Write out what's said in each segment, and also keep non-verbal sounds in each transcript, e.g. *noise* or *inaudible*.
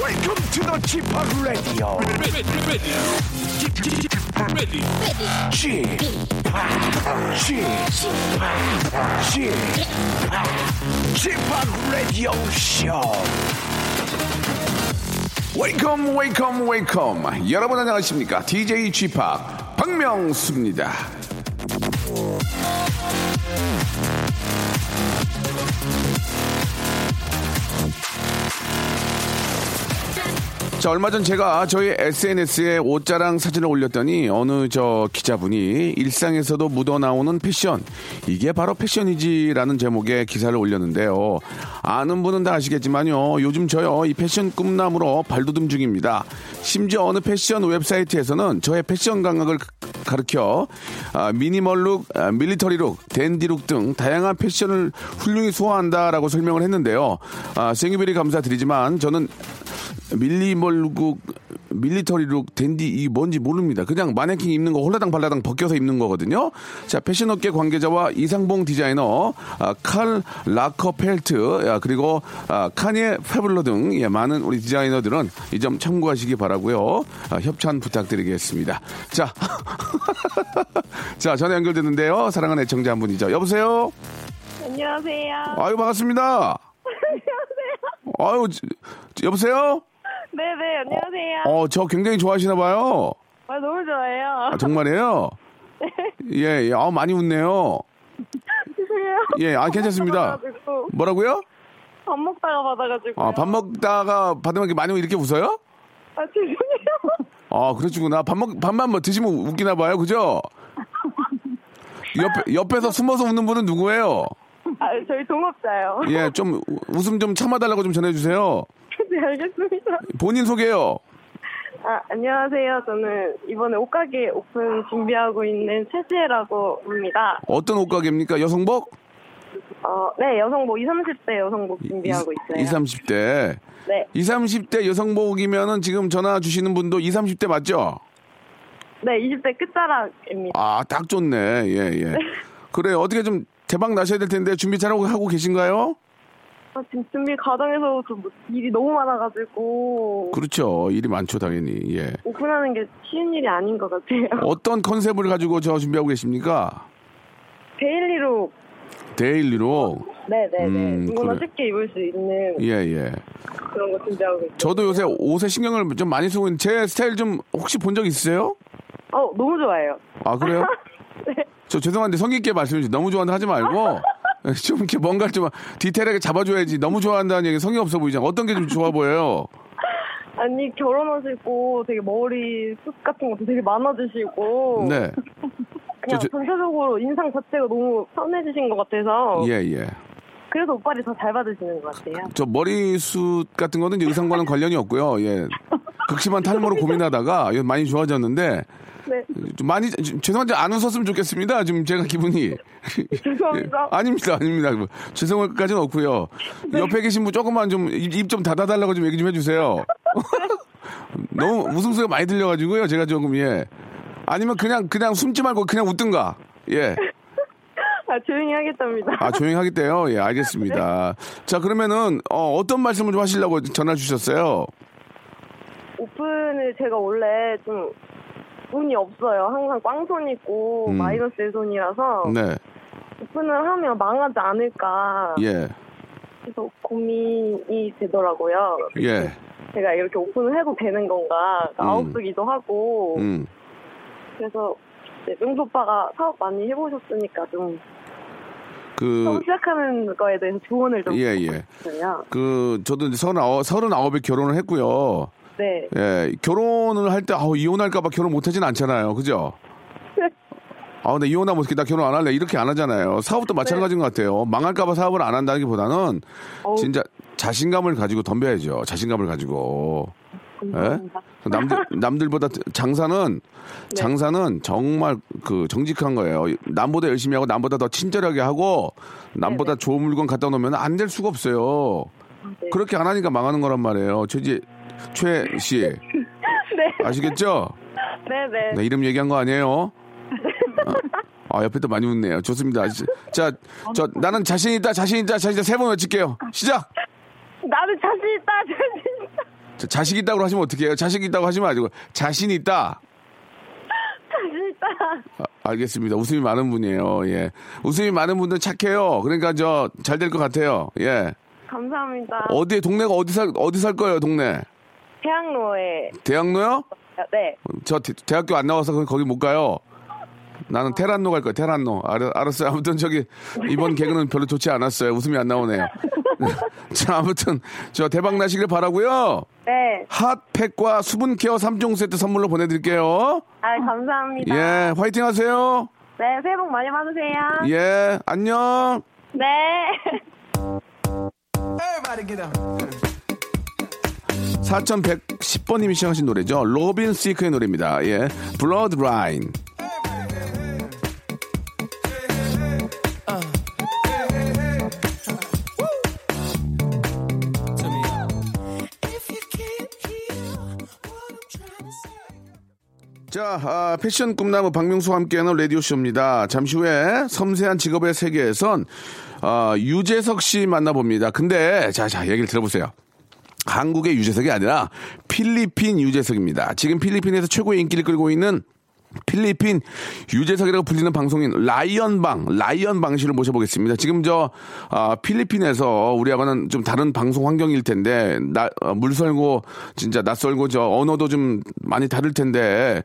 Welcome to the Chip Radio. Chip Chip Chip Radio Show. 웨이컴 웨이컴 웨이컴 여러분 안녕하십니까 DJ 쥐팍 박명수입니다 자 얼마 전 제가 저희 SNS에 옷자랑 사진을 올렸더니 어느 저 기자분이 일상에서도 묻어나오는 패션 이게 바로 패션이지라는 제목의 기사를 올렸는데요 아는 분은 다 아시겠지만요 요즘 저요 이 패션 꿈나무로 발돋움 중입니다 심지어 어느 패션 웹사이트에서는 저의 패션 감각을 가르켜 아, 미니멀룩, 아, 밀리터리룩, 댄디룩 등 다양한 패션을 훌륭히 소화한다라고 설명을 했는데요 아, 생유비리 감사드리지만 저는 밀리멀룩 밀리터리룩 댄디 이 뭔지 모릅니다. 그냥 마네킹 입는 거 홀라당 발라당 벗겨서 입는 거거든요. 자 패션업계 관계자와 이상봉 디자이너 아, 칼 라커펠트 아, 그리고 아, 카니에 페블러 등 예, 많은 우리 디자이너들은 이 점 참고하시기 바라고요. 아, 협찬 부탁드리겠습니다. 자, *laughs* 자 전화 연결됐는데요. 사랑하는 애청자 한 분이죠. 여보세요. 안녕하세요. 아유 반갑습니다. 아유 지- 지- 여보세요. 네네, 안녕하세요. 어, 저 굉장히 좋아하시나 봐요. 아, 너무 좋아요. *laughs* 아, 정말이에요? 네. 예, 예, 아, 많이 웃네요. 죄송해요. 예, 아, 괜찮습니다. 어, 받아가지고. 뭐라고요? 밥 먹다가 받아가지고. 아, 밥 먹다가 받으면 이렇게 많이 이렇게 웃어요? 아, 죄송해요. 아, 그러시구나. 밥 먹, 밥만 뭐 드시면 웃기나 봐요. 그죠? 옆, 옆에서 숨어서 웃는 분은 누구예요? 아, 저희 동업자요. 예, 좀 우- 웃음 좀 참아달라고 좀 전해주세요. *laughs* 네, 알겠습니다. 본인 소개요. 아, 안녕하세요. 저는 이번에 옷가게 오픈 준비하고 있는 최지혜라고 합니다. 어떤 옷가게입니까? 여성복? 어, 네, 여성복, 20, 30대 여성복 준비하고 있어요. 20, 30대. 네, 20, 30대 여성복이면은 지금 전화 주시는 분도 20, 30대 맞죠? 네, 20대 끝자락입니다. 아, 딱 좋네. 예, 예. 그래, 어떻게 좀 대박 나셔야 될 텐데 준비 잘하고 하고 계신가요? 아, 지금 준비 과정에서 좀 일이 너무 많아가지고. 그렇죠. 일이 많죠, 당연히. 예. 오픈하는 게 쉬운 일이 아닌 것 같아요. *laughs* 어떤 컨셉을 가지고 저 준비하고 계십니까? 데일리로 데일리로. 네네네. 음, 누구나 그래. 쉽게 입을 수 있는 예, 예. 그런 거 준비하고 있어요. 저도 요새 옷에 신경을 좀 많이 쓰고 있는데 제 스타일 좀 혹시 본 적 있으세요? 어, 너무 좋아해요. 아, 그래요? 저 죄송한데 성의 있게 말씀해 주세요. 너무 좋아한다 하지 말고 좀 이렇게 뭔가 좀 디테일하게 잡아줘야지. 너무 좋아한다는 얘기 성의 없어 보이잖아. 어떤 게 좀 좋아 보여요? 아니, 결혼하시고 되게 머리 숱 같은 것도 되게 많아지시고. 네. 저- 그냥 저- 전체적으로 인상 자체가 너무 선해지신 것 같아서. 예, 예. 그래서 오빠를 더 잘 받으시는 것 같아요. 저 머리숱 같은 거는 이제 의상과는 관련이 없고요. 예. 극심한 탈모로 고민하다가 예, 많이 좋아졌는데 *laughs* 네, 좀 많이 좀 죄송한데 안 웃었으면 좋겠습니다. 지금 제가 기분이 죄송합니다. 예. *laughs* 아닙니다, 아닙니다. 뭐, 죄송할 까지는 없고요. 옆에 계신 분 조금만 좀 입 좀 닫아달라고 좀 얘기 좀 해주세요. *laughs* 너무 웃음소리가 많이 들려가지고요. 제가 조금 예. 아니면 그냥 그냥 숨지 말고 그냥 웃든가. 예. 아, 조용히 하겠답니다. 아 조용히 하겠대요. 예, 알겠습니다. 자 그러면은 어, 어떤 말씀을 좀 하시려고 전화 주셨어요? 오픈을 제가 원래 좀 운이 없어요. 항상 꽝손 있고 음. 마이너스 손이라서 네. 오픈을 하면 망하지 않을까 예. 계속 고민이 되더라고요. 예. 제가 이렇게 오픈을 해도 되는 건가 그러니까 음. 아웃도기도 하고 음. 그래서 이제 명수 오빠가 사업 많이 해보셨으니까 좀 그, 처음 시작하는 거에 대해서 조언을 좀 예, 예. 드렸어요. 그, 저도 이제 서른아홉, 서른아홉에 결혼을 했고요. 네, *laughs* 예. 결혼을 할 때, 아우, 이혼할까봐 결혼 못하진 않잖아요. 그죠? 아, 근데 이혼하면 어떻게 나 결혼 안 할래? 이렇게 안 하잖아요. 네. 사업도 마찬가지인 것 같아요. 망할까봐 사업을 안 한다기보다는 어우. 진짜 자신감을 가지고 덤벼야죠. 자신감을 가지고. 예? 감사합니다. *laughs* 남들 남들보다 장사는 네. 장사는 정말 그 정직한 거예요. 남보다 열심히 하고 남보다 더 친절하게 하고 남보다 좋은 물건 갖다 놓으면 안 될 수가 없어요. 네. 그렇게 안 하니까 망하는 거란 말이에요. 최지 최 *laughs* 씨. 아시겠죠? 네. 네네. 네. 네, 이름 얘기한 거 아니에요? 아, 아, 옆에 또 많이 웃네요. 좋습니다. 자, 어, 저 네. 나는 자신 있다, 자신 있다, 자신 있다 세 번 외칠게요. 시작. 아. 나는 자신 있다, 자신 있다. 자, 자식 있다고 하시면 어떡해요? 자식 있다고 하시면 아니고 자신 있다. 자신 있다. 아, 알겠습니다. 웃음이 많은 분이에요. 예. 웃음이 많은 분들 착해요. 그러니까 저 잘 될 것 같아요. 예. 감사합니다. 어디 동네가 어디 살 어디 살 거예요, 동네? 태양로에. 대학로요? 네. 저 대, 학교안 나와서 거- 거기 못 가요. 나는 테란노 갈 거야, 테란노. 알, 알았어요. 아무튼 저기, 이번 개그는 별로 좋지 않았어요. 웃음이 안 나오네요. *laughs* 자, 아무튼, 저 대박 나시길 바라고요 네. 핫팩과 수분 케어 3종 세트 선물로 보내드릴게요. 아, 감사합니다. 예, 화이팅 하세요. 네, 새해 복 많이 받으세요. 예, 안녕. 네. 4110번님이 시작하신 노래죠. 로빈 시크의 노래입니다. 예. 블러드 라인. 자, 아, 패션 꿈나무 박명수와 함께하는 라디오쇼입니다. 잠시 후에 섬세한 직업의 세계에선 아, 유재석 씨 만나봅니다. 근데, 자, 자, 얘기를 들어보세요. 한국의 유재석이 아니라 필리핀 유재석입니다. 지금 필리핀에서 최고의 인기를 끌고 있는 필리핀 유재석이라고 불리는 방송인 라이언방, 라이언방 씨를 모셔보겠습니다. 지금 저, 아, 필리핀에서 우리하고는 좀 다른 방송 환경일 텐데, 나, 어, 물설고, 진짜 낯설고, 저, 언어도 좀 많이 다를 텐데,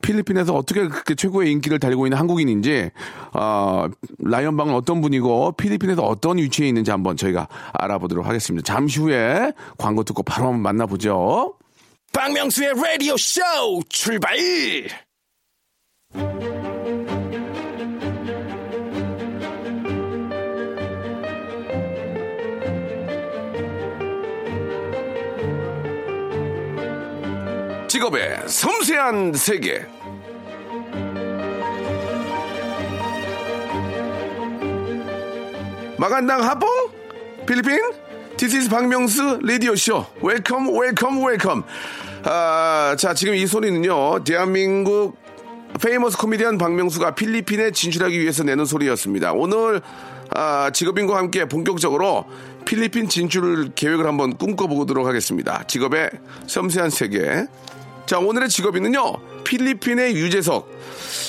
필리핀에서 어떻게 그렇게 최고의 인기를 달리고 있는 한국인인지, 아, 라이언방은 어떤 분이고, 필리핀에서 어떤 위치에 있는지 한번 저희가 알아보도록 하겠습니다. 잠시 후에 광고 듣고 바로 한번 만나보죠. 박명수의 라디오 쇼 출발! 직업의 섬세한 세계. 마간당 하퐁 필리핀 This is 박명수 라디오 쇼 웰컴 웰컴 웰컴 아자 지금 이 소리는요 대한민국 페이머스 코미디언 박명수가 필리핀에 진출하기 위해서 내는 소리였습니다 오늘 아, 직업인과 함께 본격적으로 필리핀 진출 계획을 한번 꿈꿔보도록 하겠습니다 직업의 섬세한 세계 자 오늘의 직업인은요 필리핀의 유재석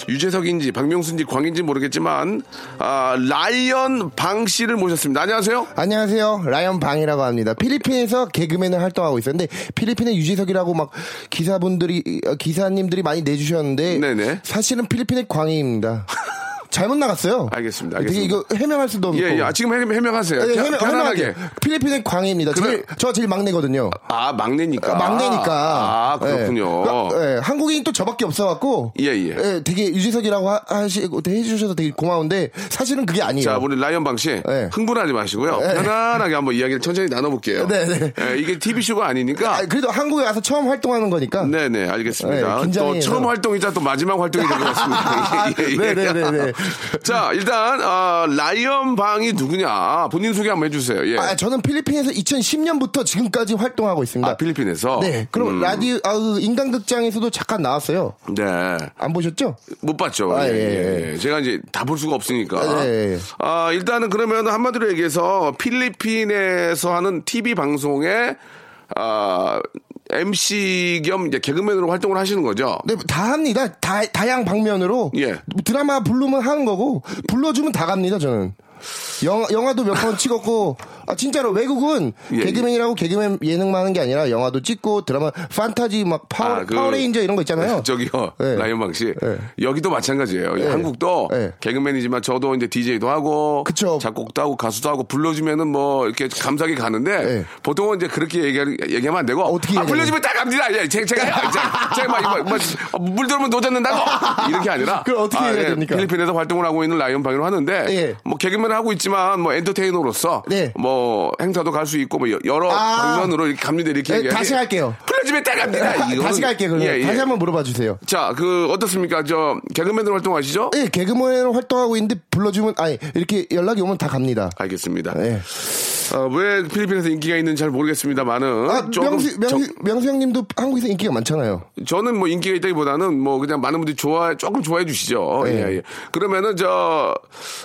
유재석인지 박명수인지 광인지 모르겠지만 아, 라이언 방 씨를 모셨습니다. 안녕하세요. 안녕하세요. 라이언 방이라고 합니다. 필리핀에서 개그맨을 활동하고 있었는데 필리핀의 유재석이라고 막 기사분들이 어, 기사님들이 많이 내주셨는데 네네. 사실은 필리핀의 광희입니다. 잘못 나갔어요. 알겠습니다. 되게 알겠습니다. 이거 해명할 수도 없고. 예, 예. 아, 지금 해명, 해명하세요. 예, 편- 해명, 편안하게. 해명할게요. 필리핀의 광희입니다. 그래. 제일, 저 제일 막내거든요. 그러니까 아 막내니까. 막내니까. 아 그렇군요. 예. 그러니까, 예, 한국인 또 저밖에 없어갖고. 예, 예. 되게 유재석이라고 하- 하시고 해주셔서 되게 고마운데 사실은 그게 아니에요. 자, 우리 라이언 방 씨, 네. 흥분하지 마시고요. 편안하게 한번 이야기를 천천히 나눠볼게요. 예. 네, 네. 예, 이게 TV쇼가 아니니까. 아, 그래도 한국에 와서 처음 활동하는 거니까. 네네, 알겠습니다. 네, 긴장해요. 또 처음 활동이자 또 마지막 활동이 될 것 *laughs* 같습니다. 예, 예, 예. 네네네네. 자, 일단, 아, 라이언 방이 누구냐. 본인 소개 한번 해주세요. 예. 아, 저는 필리핀에서 2010년부터 지금까지 활동하고 있습니다. 아, 필리핀에서? 네. 그럼 음. 라디오, 아, 그 인간극장에서도 잠깐 나왔어요. 네. 안 보셨죠? 못 봤죠. 아, 예, 예, 예, 예. 예. 제가 이제 다 볼 수가 없으니까. 아, 예, 예. 아, 일단은 그러면 한마디로 얘기해서 필리핀에서 하는 TV 방송에 아, MC 겸 이제 개그맨으로 활동을 하시는 거죠. 네, 다 합니다. 다, 다양 방면으로. 예. 드라마 부르면 하는 거고, 불러주면 다 갑니다, 저는. 영화, 영화도 몇 번 찍었고, 아, 진짜로 외국은 예, 개그맨이라고 개그맨 예능만 하는 게 아니라 영화도 찍고 드라마, 판타지 막 파워, 아, 그- 파워레인저 이런 거 *laughs* 있잖아요. 네, 저기요, 예. 라이언방 씨. 예. 여기도 마찬가지예요. 한국도 예. 개그맨이지만 저도 이제 DJ도 하고, 그쵸. 작곡도 하고, 가수도 하고, 불러주면은 뭐, 이렇게 감사하게 가는데, 예. 보통은 이제 그렇게 얘기, 얘기하면 안 되고, 어떻게 아, 얘기하냐고. 불러주면 딱 갑니다. 예, 제, 제가, 아, 제가, 제가 막, 이거 막, 아, 물 들으면 노젓는다고! 이렇게 아니라, 예, 그걸 어떻게 해야 됩니까? 필리핀에서 활동을 하고 있는 라이언방이라고 하는데, 예. 뭐, 개그맨을 하고 있지만, 뭐, 엔터테이너로서, 네. 뭐, 행사도 갈 수 있고, 뭐, 여러 아. 방면으로 이렇게 갑니다. 이렇게 예, 얘기하니 다시 갈게요. 불러주면 딱 갑니다. 이거는- *laughs* 다시 갈게요, 그러면. 예, 예. 다시 한번 물어봐 주세요. 자, 그 어떻습니까? 저 개그맨으로 활동하시죠? 예, 개그맨으로 활동하고 있는데 불러주면, 아니, 이렇게 연락이 오면 다 갑니다. 알겠습니다. 예. 어, 왜 필리핀에서 인기가 있는지 잘 모르겠습니다만은 아, 명수, 명수, 명수 형님도 한국에서 인기가 많잖아요. 저, 는뭐 인기가 있다기보다는 뭐 그냥 많은 분들이 좋아 조금 좋아해 주시죠. 예. 예, 예. 그러면은 저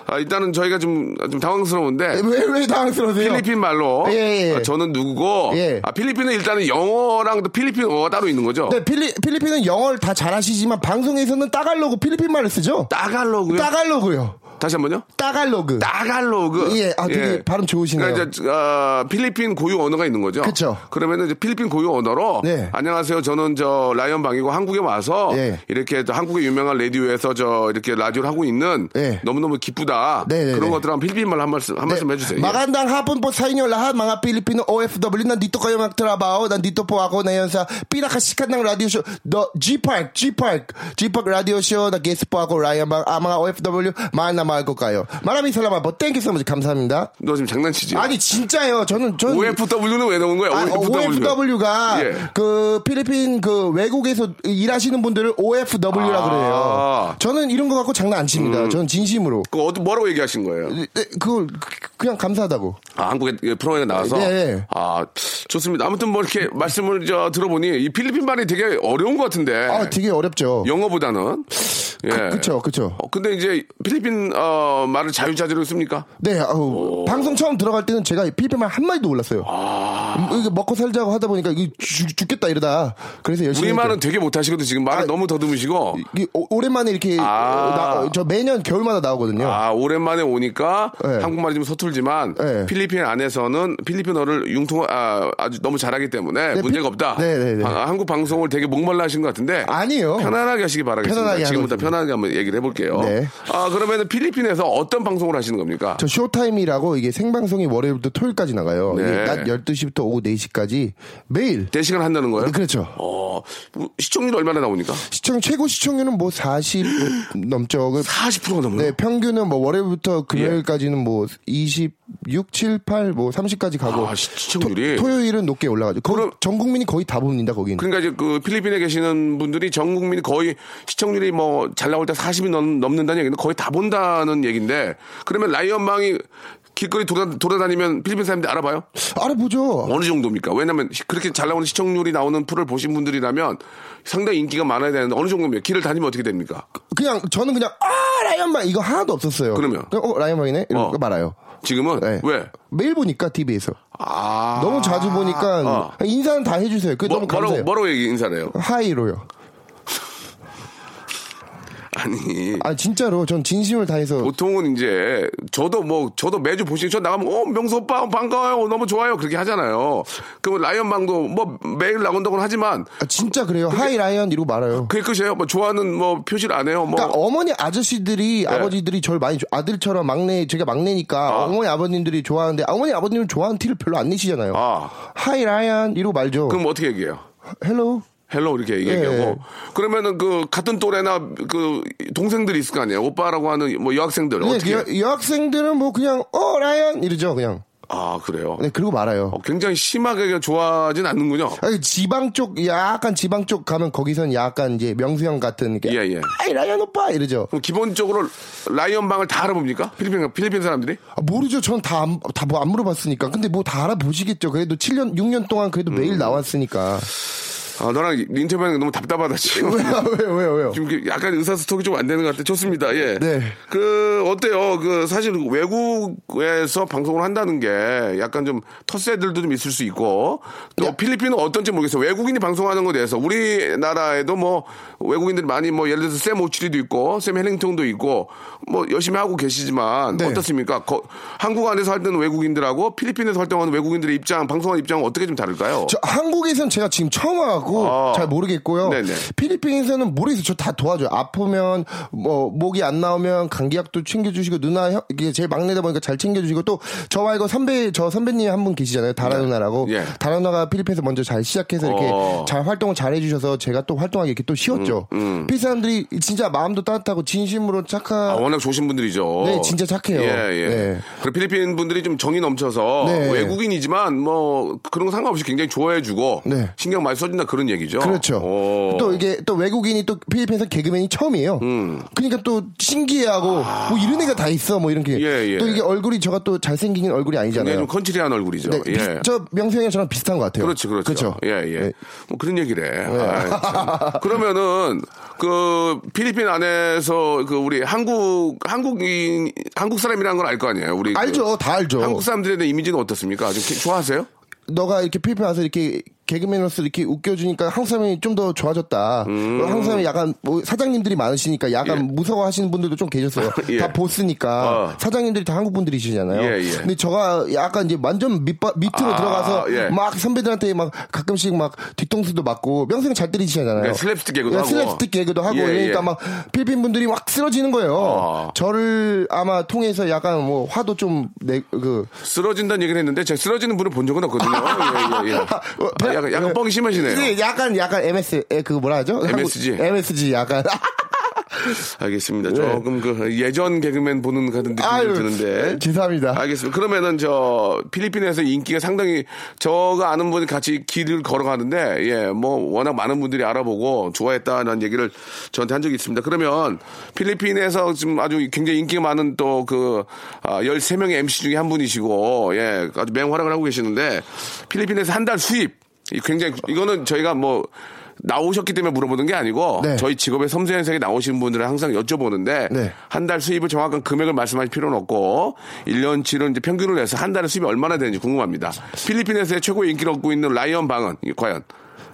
아, 일단은 저희가 좀, 좀 당황스러운데 예, 왜, 왜 당황스러우세요? 필리핀 뭐. 말로 네, 뭐, 예, 예, 예. 아, 저는 누구고 예. 아, 필리핀은 일단은 영어랑 또 필리핀어가 따로 있는 거죠. 네, 필리, 필리핀은 영어를 다 잘하시지만 방송에서는 따갈로그 필리핀 말을 쓰죠? 따갈로그요. 따갈로그요. 다시 한번요. 따갈로그. 따갈로그. 예, 아, 되게 발음 좋으시네요. 그러니까 이제 아, 필리핀 고유 언어가 있는 거죠. 그쵸. 그러면은 이제 필리핀 고유 언어로 네. 안녕하세요. 저는 저 라이언 방이고 한국에 와서 예. 이렇게 또 한국의 유명한 라디오에서 저 이렇게 라디오를 하고 있는 예. 너무너무 기쁘다. 네, 네, 네. 그런 것들 한 필리핀 말로 한 말씀 한 말씀 해 주세요. 예. 마간당 하분포 사인요 라하 망아 필리핀은 OFW 난 니토카요 막 드라바오 난 니토포 하고 내 연사 삐라카 시칸당 라디오쇼 너 G파크 G파크 G파크 라디오쇼 나 게스포 하고 라이언 방 아마 OFW 만나 말고가요 마라미 살라마 뭐 땡큐 소머지 감사합니다 너 지금 장난치지? 아니 진짜요 저는 저는 OFW는 왜 나온 거야? 아, OFW. OFW가 예. 그 필리핀 그 외국에서 일하시는 분들을 OFW라 아. 그래요. 저는 이런 거 갖고 장난 안 칩니다. 저는 진심으로. 그 어디 뭐라고 얘기하신 거예요? 네, 네, 그걸 그- 그냥 감사하다고. 아, 한국의 예, 프로에 나와서 네, 네. 아 좋습니다. 아무튼 뭐 이렇게 말씀을 저 들어보니 이 필리핀 말이 되게 어려운 것 같은데 아, 되게 어렵죠. 영어보다는 예. 그쵸, 그쵸. 어, 근데 이제 필리핀 어, 말을 자유자재로 씁니까? 네, 아우, 방송 처음 들어갈 때는 제가 필리핀말 한마디도 몰랐어요. 아. 음, 이게 먹고 살자고 하다 보니까 이게 죽, 죽겠다 이러다. 그래서 열심히. 우리 말은 했죠. 되게 못하시거든 지금 말을 아, 너무 더듬으시고 이게 오- 오랜만에 이렇게 아. 어, 나- 어, 저 매년 겨울마다 나오거든요. 아 오랜만에 오니까 네. 한국말이 좀 서툴지만 네. 필리핀 안에서는 필리핀어를 융통 아, 아주 너무 잘하기 때문에 네, 문제가 필- 없다. 네, 네, 네. 아, 한국 방송을 되게 목말라 하신 것 같은데 아니요. 편안하게 하시기 바라겠습니다. 편안하게 지금부터 하겠습니다. 편하게 한번 얘기를 해볼게요. 네. 아 그러면은 필리핀에서 어떤 방송을 하시는 겁니까? 저 쇼타임이라고 이게 생방송이 월요일부터 토요일까지 나가요. 네. 이게 낮 12시부터 오후 4시까지 매일. 대시간 한다는 거예요? 네, 그렇죠. 어 시청률 얼마나 나오니까? 시청 최고 시청률은 뭐 40 넘죠. 그- 40%가 넘어요. 네, 평균은 뭐 월요일부터 금요일까지는 뭐 26, 7, 8, 뭐 30까지 가고 아, 시청률이. 토, 요일은 높게 올라가죠. 거- 그럼- 전 국민이 거의 다 봅니다, 거기는. 그러니까 이제 그 필리핀에 계시는 분들이 전 국민이 거의 시청률이 뭐 잘 나올 때 40이 넘, 넘는다는 얘기는 거의 다 본다는 얘기인데 그러면 라이언망이 길거리 돌아, 돌아다니면 필리핀 사람들이 알아봐요? 알아보죠. 어느 정도입니까? 왜냐면 시- 그렇게 잘 나오는 시청률이 나오는 풀을 보신 분들이라면 상당히 인기가 많아야 되는데 어느 정도입니까? 길을 다니면 어떻게 됩니까? 그냥 저는 그냥 아, 라이언방 이거 하나도 없었어요. 그러면? 그냥, 어, 라이언방이네. 이렇게 어. 말아요. 지금은 네. 왜? 매일 보니까 TV에서. 아 너무 자주 보니까 어. 인사는 다 해주세요. 그게 뭐, 너무 뭐라고 감사해요. 뭐라고 얘기 인사를 해요? 하이로요. 아니 아 진짜로 전 진심을 다해서 보통은 이제 저도 뭐 저도 매주 보시는 저 나가면 어 명수 오빠 반가워요 너무 좋아요 그렇게 하잖아요. 그럼 라이언 방도 뭐 매일 나온다고는 하지만 아, 진짜 그래요. 하이 라이언 이러고 말아요. 그게 끝이에요. 뭐 좋아하는 뭐 표시를 안 해요. 뭐 네. 그러니까 어머니 아저씨들이 아버지들이 저를 많이 좋아- 아들처럼 막내 제가 막내니까 어머니 아버님들이 좋아하는데 어머니 아버님은 좋아하는 티를 별로 안 내시잖아요. 아. 하이 라이언 이러고 말죠. 그럼 어떻게 얘기해요? 헬로 헬로 이렇게 얘기하고 예. 그러면은 그 같은 또래나 그 동생들이 있을 거 아니에요. 오빠라고 하는 뭐 여학생들 네, 어떻게? 해요? 여, 여학생들은 뭐 그냥 어 라이언 이러죠 그냥. 아 그래요. 네 그러고 말아요. 어, 굉장히 심하게 좋아하진 않는군요. 아니, 그 지방 쪽 약간 지방 쪽 가면 거기선 약간 이제 명수형 같은 이렇게 예, 예. 하이 라이언 오빠 이러죠. 그럼 기본적으로 라이언 방을 다 알아봅니까? 필리핀 필리핀 사람들이? 아, 모르죠. 전 다, 안- 다, 뭐 안 물어봤으니까. 근데 뭐 다 알아보시겠죠. 그래도 7년, 6년 동안 그래도 매일 나왔으니까. 아, 너랑 인터뷰하는 게 너무 답답하다, 지금. 왜요, 왜요, 왜요, 왜요? 지금 이렇게 약간 의사소통이 좀 안 되는 것 같아. 좋습니다. 예. 네. 그, 어때요? 그, 사실 외국에서 방송을 한다는 게 약간 좀 터세들도 좀 있을 수 있고 또 필리핀은 어떤지 모르겠어요. 외국인이 방송하는 거에 대해서 우리나라에도 뭐 외국인들이 많이 뭐 예를 들어서 샘 오치리도 있고 샘 헬링턴도 있고 뭐 열심히 하고 계시지만 네. 어떻습니까? 거- 한국 안에서 활동하는 외국인들하고 필리핀에서 활동하는 외국인들의 입장, 방송하는 입장은 어떻게 좀 다를까요? 저 한국에선 제가 지금 처음 와갖고 아. 잘 모르겠고요. 네네. 필리핀에서는 모르겠어요. 저 다 도와줘요. 아프면 뭐 목이 안 나오면 감기약도 챙겨주시고 누나 형, 이게 제 막내다 보니까 잘 챙겨주시고 또 저와 이거 선배 저 선배님 한 분 계시잖아요. 다라 누나라고. 예. 다라 누나가 필리핀에서 먼저 잘 시작해서 이렇게 어. 음, 잘 활동을 잘 해주셔서 제가 또 활동하기 이렇게 또 쉬웠죠. 필리핀 사람들이 진짜 마음도 따뜻하고 진심으로 착한 아, 워낙 좋으신 분들이죠. 네, 진짜 착해요. 예, 예. 네. 그리고 필리핀 분들이 좀 정이 넘쳐서 네. 외국인이지만 뭐 그런 거 상관없이 굉장히 좋아해주고 네. 신경 많이 써준다 그런 얘기죠. 그렇죠. 어. 오. 또 이게 또 외국인이 또 필리핀에서 개그맨이 처음이에요. 그러니까 또 신기해하고 뭐 이런 애가 다 있어 뭐 이런 게. 아. 예, 예. 또 이게 얼굴이 제가 또 잘생긴 얼굴이 굉장히 아니잖아요. 좀 컨칠리한 얼굴이죠. 네, 예. 비- 저 명수 형이 저랑 비슷한 것 같아요. 그렇지, 그렇죠. 그렇죠. 예, 예. 네. 뭐 그런 얘기를 해. 아이, 참. *laughs* 그러면은, 그, 필리핀 안에서 그 우리 한국, 한국인, 한국 사람이라는 걸 알 거 아니에요? 우리. 그 알죠, 다 알죠. 한국 사람들에 대한 이미지는 어떻습니까? 아주 좋아하세요? 너가 이렇게 필리핀 와서 이렇게 개그맨으로서 이렇게 웃겨주니까 한국 사람이 좀 더 좋아졌다. 한국 사람이 약간 뭐 사장님들이 많으시니까 약간 음. 예. 무서워하시는 분들도 좀 계셨어요. *laughs* 예. 다 보스니까 어. 사장님들이 다 한국 분들이시잖아요. 예, 예. 근데 저가 약간 이제 완전 밑바, 밑으로 아, 들어가서 예. 막 선배들한테 막 가끔씩 막 뒤통수도 맞고 명생 잘 때리시잖아요. 네, 그러니까 슬랩스틱 개그도 하고. 슬랩스틱 개그도 하고 예, 그러니까 예. 막 필리핀 분들이 막 쓰러지는 거예요. 아. 저를 아마 통해서 약간 뭐 화도 좀내그 쓰러진다는 얘기를 했는데 제가 쓰러지는 분을 본 적은 없거든요. 예, 예, *laughs* 예. 어, 아, 약간, 약간 뻥이 심하시네요. 네, 약간 약간 MS 에, 그 뭐라 하죠? MSG. 한국- MSG 약간 *laughs* 알겠습니다. 조금 그 예전 개그맨 보는 같은 느낌이 아유, 드는데. 아. 죄송합니다. 알겠습니다. 그러면은 저 필리핀에서 인기가 상당히 저가 아는 분이 같이 길을 걸어가는데 예, 뭐 워낙 많은 분들이 알아보고 좋아했다는 얘기를 저한테 한 적이 있습니다. 그러면 필리핀에서 지금 아주 굉장히 인기가 많은 또 그 아, 13명의 MC 중에 한 분이시고 예, 아주 맹활약을 하고 계시는데 필리핀에서 한 달 수입 이 굉장히 이거는 저희가 뭐 나오셨기 때문에 물어보는 게 아니고 네. 저희 직업의 섬세한 세계 나오신 분들은 항상 여쭤보는데 네. 한 달 수입을 정확한 금액을 말씀하실 필요는 없고 1년치로 이제 평균을 내서 한 달에 수입이 얼마나 되는지 궁금합니다. 필리핀에서의 최고의 인기를 얻고 있는 라이언 방은 이게 과연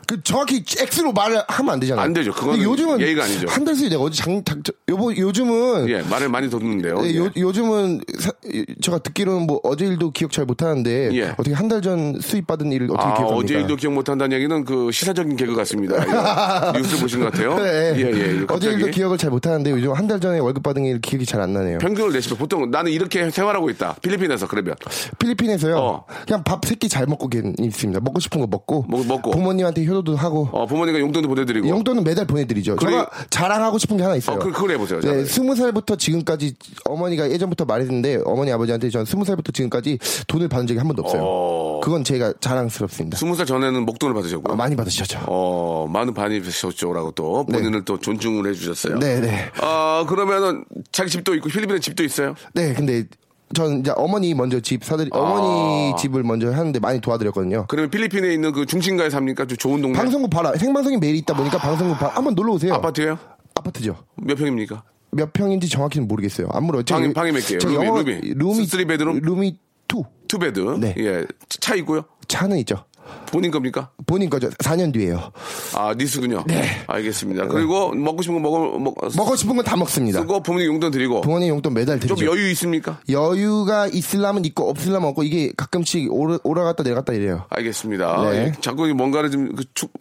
그 정확히 X로 말을 하면 안 되잖아요. 안 되죠. 그거는 근데 요즘은 예의가 아니죠. 한 달씩 내가 어제 장, 장 저- 요번 요즘은 예, 말을 많이 뒀는데요. 예, 예. 요, 요즘은 사- 이- 제가 듣기로는 뭐 어제 일도 기억 잘 못하는데 예. 어떻게 한 달 전 수입 받은 일을 어떻게 아, 기억합니까? 어제 *laughs* 일도 기억 못한다는 얘기는 그 시사적인 개그 같습니다. *laughs* 이거 뉴스 보신 것 같아요. 네, 예, 예, 예. 어제 일도 갑자기 기억을 잘 못하는데 요즘 한 달 전에 월급 받은 일 기억이 잘 안 나네요. 평균을 내시면 보통 나는 이렇게 생활하고 있다. 필리핀에서 그러면 필리핀에서요. 어. 그냥 밥 세끼 잘 먹고 긴- 있습니다. 먹고 싶은 거 먹고, 먹- 먹고. 부모님한테 효도도 하고 어, 부모님과 용돈도 보내드리고 용돈은 매달 보내드리죠. 그래- 제가 자랑하고 싶은 게 하나 있어요. 어, 그- 그걸 해보세요, 네, 자랑을. 스무 살부터 지금까지 어머니가 예전부터 말했는데 어머니 아버지한테 전 스무 살부터 지금까지 돈을 받은 적이 한 번도 없어요. 그건 제가 자랑스럽습니다. 스무 살 전에는 목돈을 받으셨고요. 어, 많이 받으셨죠. 어, 많은 반입이 있었죠라고 또 본인을 또 존중을 해주셨어요. 네, 네, 아 그러면은 자기 집도 있고 필리핀에 집도 있어요? 네. 근데 전 이제 어머니 먼저 집 사드리, 아. 어머니 집을 먼저 하는데 많이 도와드렸거든요. 그러면 필리핀에 있는 그 중심가에 삽니까? 좀 좋은 동네? 방송국 봐라. 생방송이 매일 있다 보니까 방송국 봐. 한번 놀러 오세요. 아파트예요? 아파트죠. 몇 평입니까? 몇 평인지 정확히는 모르겠어요. 아무로 방이- 방이 몇 개예요? 룸이- 룸이? 룸이 쓰리 베드룸? 룸이 투 투베드. 네. 예. 차 있고요. 차는 있죠. 본인 겁니까? 본인 거죠. 4년 뒤에요. 아 니스군요. 네. 알겠습니다. 그리고 먹고 싶은 거 먹어 먹 먹고 싶은 건 다 먹습니다. 쓰고 부모님 용돈 드리고 부모님 용돈 매달 좀 드리죠. 여유 있습니까? 가 있으려면 있고 없으려면 없고 이게 가끔씩 오르, 올라갔다 내려갔다 이래요. 알겠습니다. 네. 예, 자꾸 뭔가를 좀, 그 축-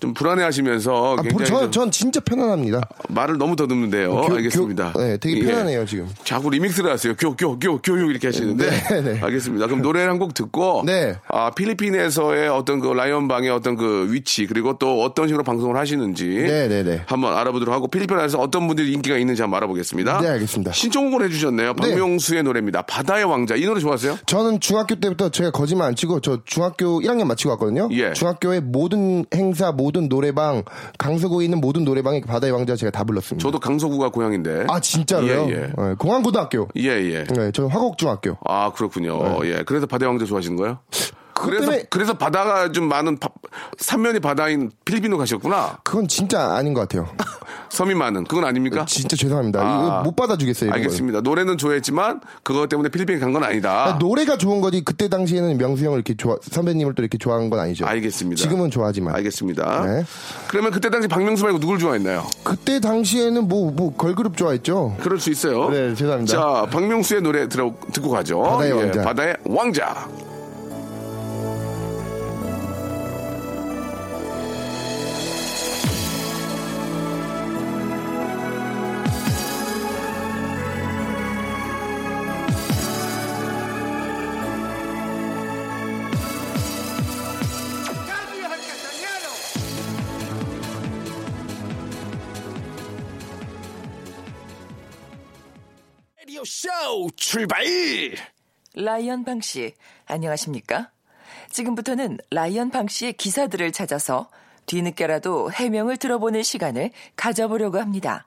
좀 불안해하시면서 아, 어, 굉장히 전, 좀 전 진짜 편안합니다. 말을 너무 더듬는데요. 교- 알겠습니다. 교- 네, 되게 예. 편안해요, 지금. 자꾸 리믹스를 하세요. 교, 교, 교, 교육 이렇게 하시는데. 네, 네. 알겠습니다. 그럼 노래를 한 곡 듣고. 네. 아, 필리핀에서의 어떤 그 라이언방의 어떤 그 위치, 그리고 또 어떤 식으로 방송을 하시는지. 네, 네, 네. 한번 알아보도록 하고, 필리핀에서 어떤 분들이 인기가 있는지 한번 알아보겠습니다. 네, 알겠습니다. 신청곡을 해주셨네요. 박명수의 노래입니다. 바다의 왕자. 이 노래 좋아하세요? 저는 중학교 때부터 제가 거짓말 안 치고 저 중학교 1학년 마치고 왔거든요. 예. 중학교의 모든 행사, 모든 노래방, 강서구에 있는 모든 노래방에 바다의 왕자 제가 다 불렀습니다. 저도 강서구가 고향인데. 아 음. 진짜로요? 예, 예. 네, 공항고등학교. 예, 예. 네, 저는 화곡중학교. 아, 그렇군요. 예. 그래서 바다의 왕자 좋아하시는 거예요? 네. 그것 그래서 때문에- 그래서 바다가 좀 많은 바- 삼면이 바다인 필리핀으로 가셨구나. 그건 진짜 아닌 것 같아요. 섬이 많은 그건 아닙니까? *laughs* 진짜 죄송합니다. 아. 이거 못 받아주겠어요. 네, 이런 거는. 알겠습니다. 노래는 좋아했지만 그것 때문에 필리핀 간 건 아니다. 그러니까 노래가 좋은 거지 그때 당시에는 명수 형을 이렇게 좋아 선배님을 또 이렇게 좋아한 건 아니죠. 알겠습니다. 지금은 좋아하지만. 알겠습니다. 네. 그러면 그때 당시 박명수 말고 누굴 좋아했나요? 그때 당시에는 뭐 뭐 걸그룹 좋아했죠. 그럴 수 있어요. 네, 죄송합니다. 자, 박명수의 노래 들어 듣고 가죠. 예, 바다의 왕자. 바다의 왕자. 라디오 쇼 출발! 라이언 방 씨, 안녕하십니까? 지금부터는 라이언 방 씨의 기사들을 찾아서 뒤늦게라도 해명을 들어보는 시간을 가져보려고 합니다.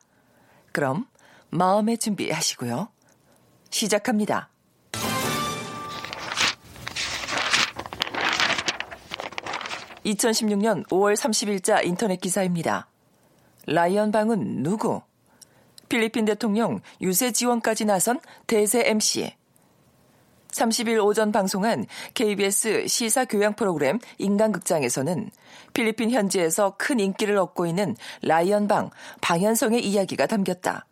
그럼 마음의 준비하시고요. 시작합니다. (2016년 5월 30일자) 인터넷 기사입니다. 라이언 방은 누구? 필리핀 대통령 유세 지원까지 나선 대세 MC. 30일 오전 방송한 KBS 시사 교양 프로그램 인간극장에서는 필리핀 현지에서 큰 인기를 얻고 있는 라이언방 방현성의 이야기가 담겼다.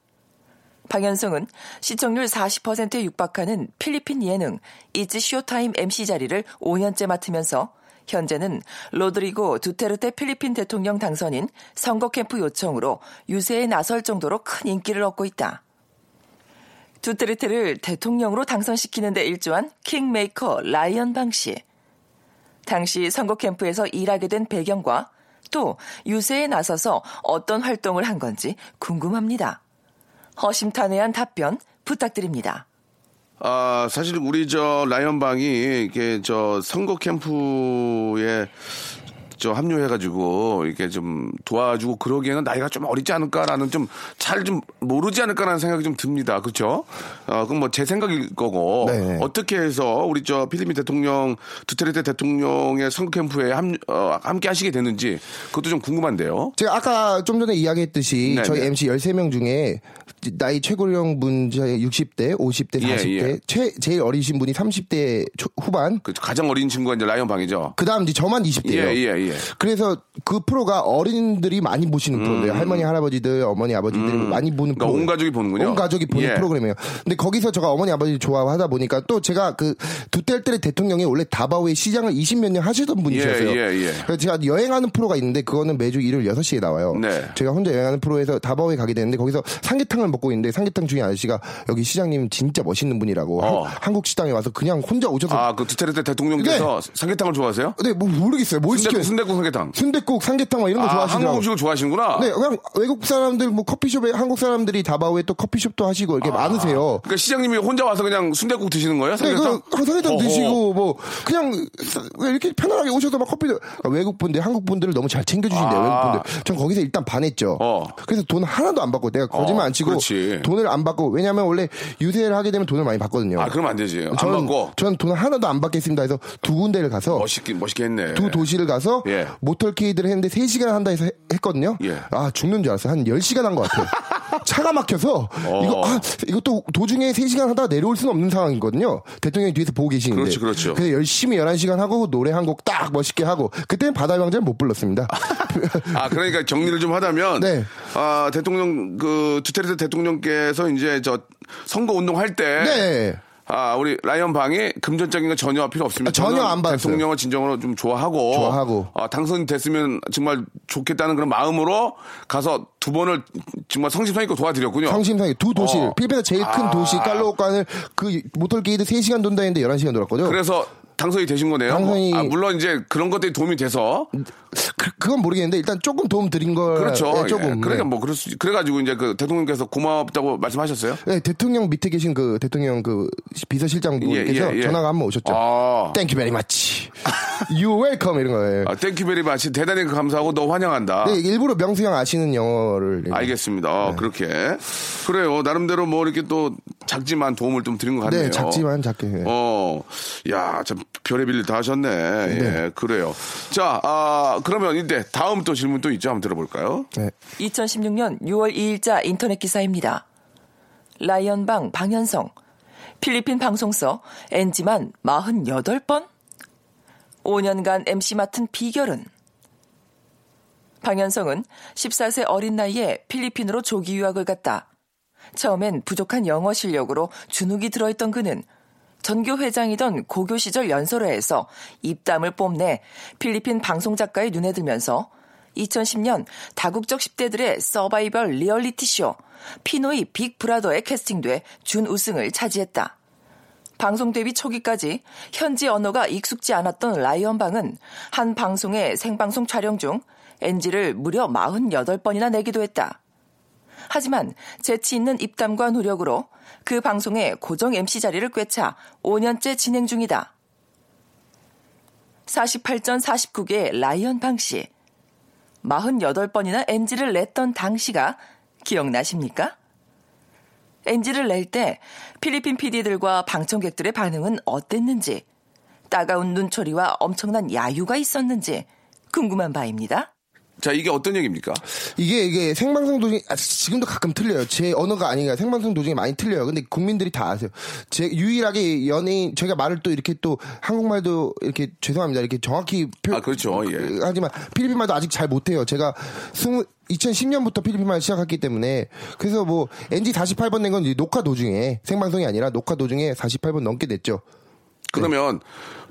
방현성은 시청률 40%에 육박하는 필리핀 예능 이츠 쇼타임 MC 자리를 5년째 맡으면서 현재는 로드리고 두테르테 필리핀 대통령 당선인 선거 캠프 요청으로 유세에 나설 정도로 큰 인기를 얻고 있다. 두테르테를 대통령으로 당선시키는 데 일조한 킹메이커 라이언 방씨. 당시 선거 캠프에서 일하게 된 배경과 또 유세에 나서서 어떤 활동을 한 건지 궁금합니다. 허심탄회한 답변 부탁드립니다. 아, 사실 우리 저 라이언방이 이게 저 선거 캠프에 저 합류해가지고 이렇게 좀 도와주고 그러기에는 나이가 좀 어리지 않을까라는 좀 잘 좀 모르지 않을까라는 생각이 좀 듭니다. 그렇죠? 어, 그건 뭐 제 생각일 거고 네. 어떻게 해서 우리 저 필리핀 대통령 두테르테 대통령의 선거 캠프에 함, 어, 함께 하시게 되는지 그것도 좀 궁금한데요. 제가 아까 좀 전에 이야기했듯이 네, 저희 네. MC 13명 중에 나이 최고령 분 60대, 50대, 예, 40대, 예. 최, 제일 어리신 분이 30대 초- 후반, 그 가장 어린 친구가 이제 라이언방이죠. 그 다음 이제 저만 20대예요. 예, 예, 예. 그래서 그 프로가 어린들이 많이 보시는 프로인데요. 할머니, 할아버지들, 어머니, 아버지들이 많이 보는 음. 그러니까 프로그램. 온 가족이 보는군요. 온 가족이 보는 예. 프로그램이에요. 근데 거기서 제가 어머니, 아버지 좋아하다 보니까 또 제가 그 두텔테레 대통령이 원래 다바오의 시장을 20몇 년 하시던 분이셨어요. 예, 예, 예. 그래서 제가 여행하는 프로가 있는데 그거는 매주 일요일 6시에 나와요. 네. 제가 혼자 여행하는 프로에서 다바오에 가게 되는데 거기서 삼계탕을 먹고 있는데 삼계탕 중에 아저씨가 여기 시장님 진짜 멋있는 분이라고 어. 한- 한국 식당에 와서 그냥 혼자 오셔서 아, 그 두테르테 대통령께서 삼계탕을 좋아하세요? 네, 뭐 모르겠어요. 뭘 순대, 시켜요? 순대국 삼계탕. 순대국, 삼계탕 막 이런 거 아, 좋아하시더라고요. 한국 음식을 좋아하시는구나. 네, 그냥 외국 사람들 뭐 커피숍에 한국 사람들이 다바오에 또 커피숍도 하시고 이렇게 많으세요. 그러니까 시장님이 혼자 와서 그냥 순대국 드시는 거예요? 네, 삼계탕? 그 항상에다 어허. 드시고 뭐 그냥 사- 이렇게 편안하게 오셔서 막 커피도 아, 외국 분들, 한국 분들을 너무 잘 챙겨주신대요. 아. 외국 분들. 전 거기서 일단 반했죠. 어. 그래서 돈 하나도 안 받고 내가 거짓말 어, 안 치고 그렇지. 돈을 안 받고 왜냐면 원래 유세를 하게 되면 돈을 많이 받거든요. 아, 그러면 안 되지. 안 저는 받고. 저는 돈 하나도 안 받겠습니다. 해서 두 군데를 가서 멋있게, 멋있게 했네. 두 도시를 가서 예. 모털케이드를 했는데 3시간 한다 해서 해- 했거든요. 예. 아, 죽는 줄 알았어요. 한 10시간 *laughs* 한것 같아요. 차가 막혀서 어. 이거 아, 이것도 도중에 3시간 하다 내려올 수는 없는 상황이거든요. 대통령이 뒤에서 보고 계시는데. 그렇죠, 그렇죠. 그래서 열심히 11시간 하고 노래 한 곡 딱 멋있게 하고 그때는 바다의 왕자는 못 불렀습니다. *laughs* 아, 그러니까 정리를 좀 하자면. 네. 아, 대통령, 그, 두테르테 대통령께서 이제 저 선거 운동할 때. 네. 아, 우리 라이언 방이 금전적인 건 전혀 필요 없습니다. 아, 전혀 저는 안 받았어요. 대통령을 진정으로 좀 좋아하고. 좋아하고. 아, 당선됐으면 정말 좋겠다는 그런 마음으로 가서 두 번을 정말 성심성의껏 도와드렸군요. 성심성의 두 도시, 어. 를 필리핀에서 제일 큰 아. 도시 깔로오간을 그 모털게이드 3시간 돈다 했는데 11시간 돌았거든요. 그래서 당선이 되신 거네요. 당선이- 아, 물론 이제 그런 것들이 도움이 돼서 그, 건 모르겠는데 일단 조금 도움 드린 거 그렇죠. 조금 예. 네. 그러니까 뭐 그럴 수 그래가지고 이제 그 대통령께서 고맙다고 말씀하셨어요. 네, 대통령 밑에 계신 그 대통령 그 비서실장 분께서 예, 예, 예. 전화가 한 번 오셨죠. 아. 땡큐 베리 마치. *laughs* You welcome 이런 거예요. 아, 땡큐 베리 마치 대단히 그 감사하고 너 환영한다. 네, 일부러 명수 형 아시는 영어를. 알겠습니다. 어, 그렇게. 그래요. 나름대로 뭐 이렇게 또 작지만 도움을 좀 드린 것 같네요. 네, 작지만 작게. 네. 어, 야, 참, 별의 빌를다 하셨네. 예, 그래요. 자, 아, 그러면 이제 다음 또 질문 또 있죠. 한번 들어볼까요? 네. 2016년 6월 2일자 인터넷 기사입니다. 라이언방 방현성. 필리핀 방송서 NG만 48번? 5년간 MC 맡은 비결은? 방현성은 14세 어린 나이에 필리핀으로 조기 유학을 갔다. 처음엔 부족한 영어 실력으로 주눅이 들어있던 그는 전교 회장이던 고교 시절 연설회에서 입담을 뽐내 필리핀 방송작가의 눈에 들면서 2010년 다국적 10대들의 서바이벌 리얼리티쇼 피노이 빅브라더에 캐스팅돼 준우승을 차지했다. 방송 데뷔 초기까지 현지 언어가 익숙지 않았던 라이언방은 한 방송의 생방송 촬영 중 NG를 무려 48번이나 내기도 했다. 하지만 재치 있는 입담과 노력으로 그 방송의 고정 MC 자리를 꿰차 5년째 진행 중이다. 48전 49개 라이언 방씨. 48번이나 NG를 냈던 당시가 기억나십니까? NG를 낼 때 필리핀 PD들과 방청객들의 반응은 어땠는지, 따가운 눈초리와 엄청난 야유가 있었는지 궁금한 바입니다. 자, 이게 어떤 얘기입니까? 이게 이게 생방송 도중에 아, 지금도 가끔 틀려요. 제 언어가 아니라 생방송 도중에 많이 틀려요. 근데 국민들이 다 아세요. 제 유일하게 연예인 제가 말을 또 이렇게 또 한국말도 이렇게 죄송합니다. 이렇게 정확히 표, 아, 그렇죠. 예. 뭐, 하지만 필리핀 말도 아직 잘 못해요. 제가 스무 2010년부터 필리핀 말 시작했기 때문에 그래서 뭐 NG 48번 낸 건 녹화 도중에 생방송이 아니라 녹화 도중에 48번 넘게 냈죠. 네. 그러면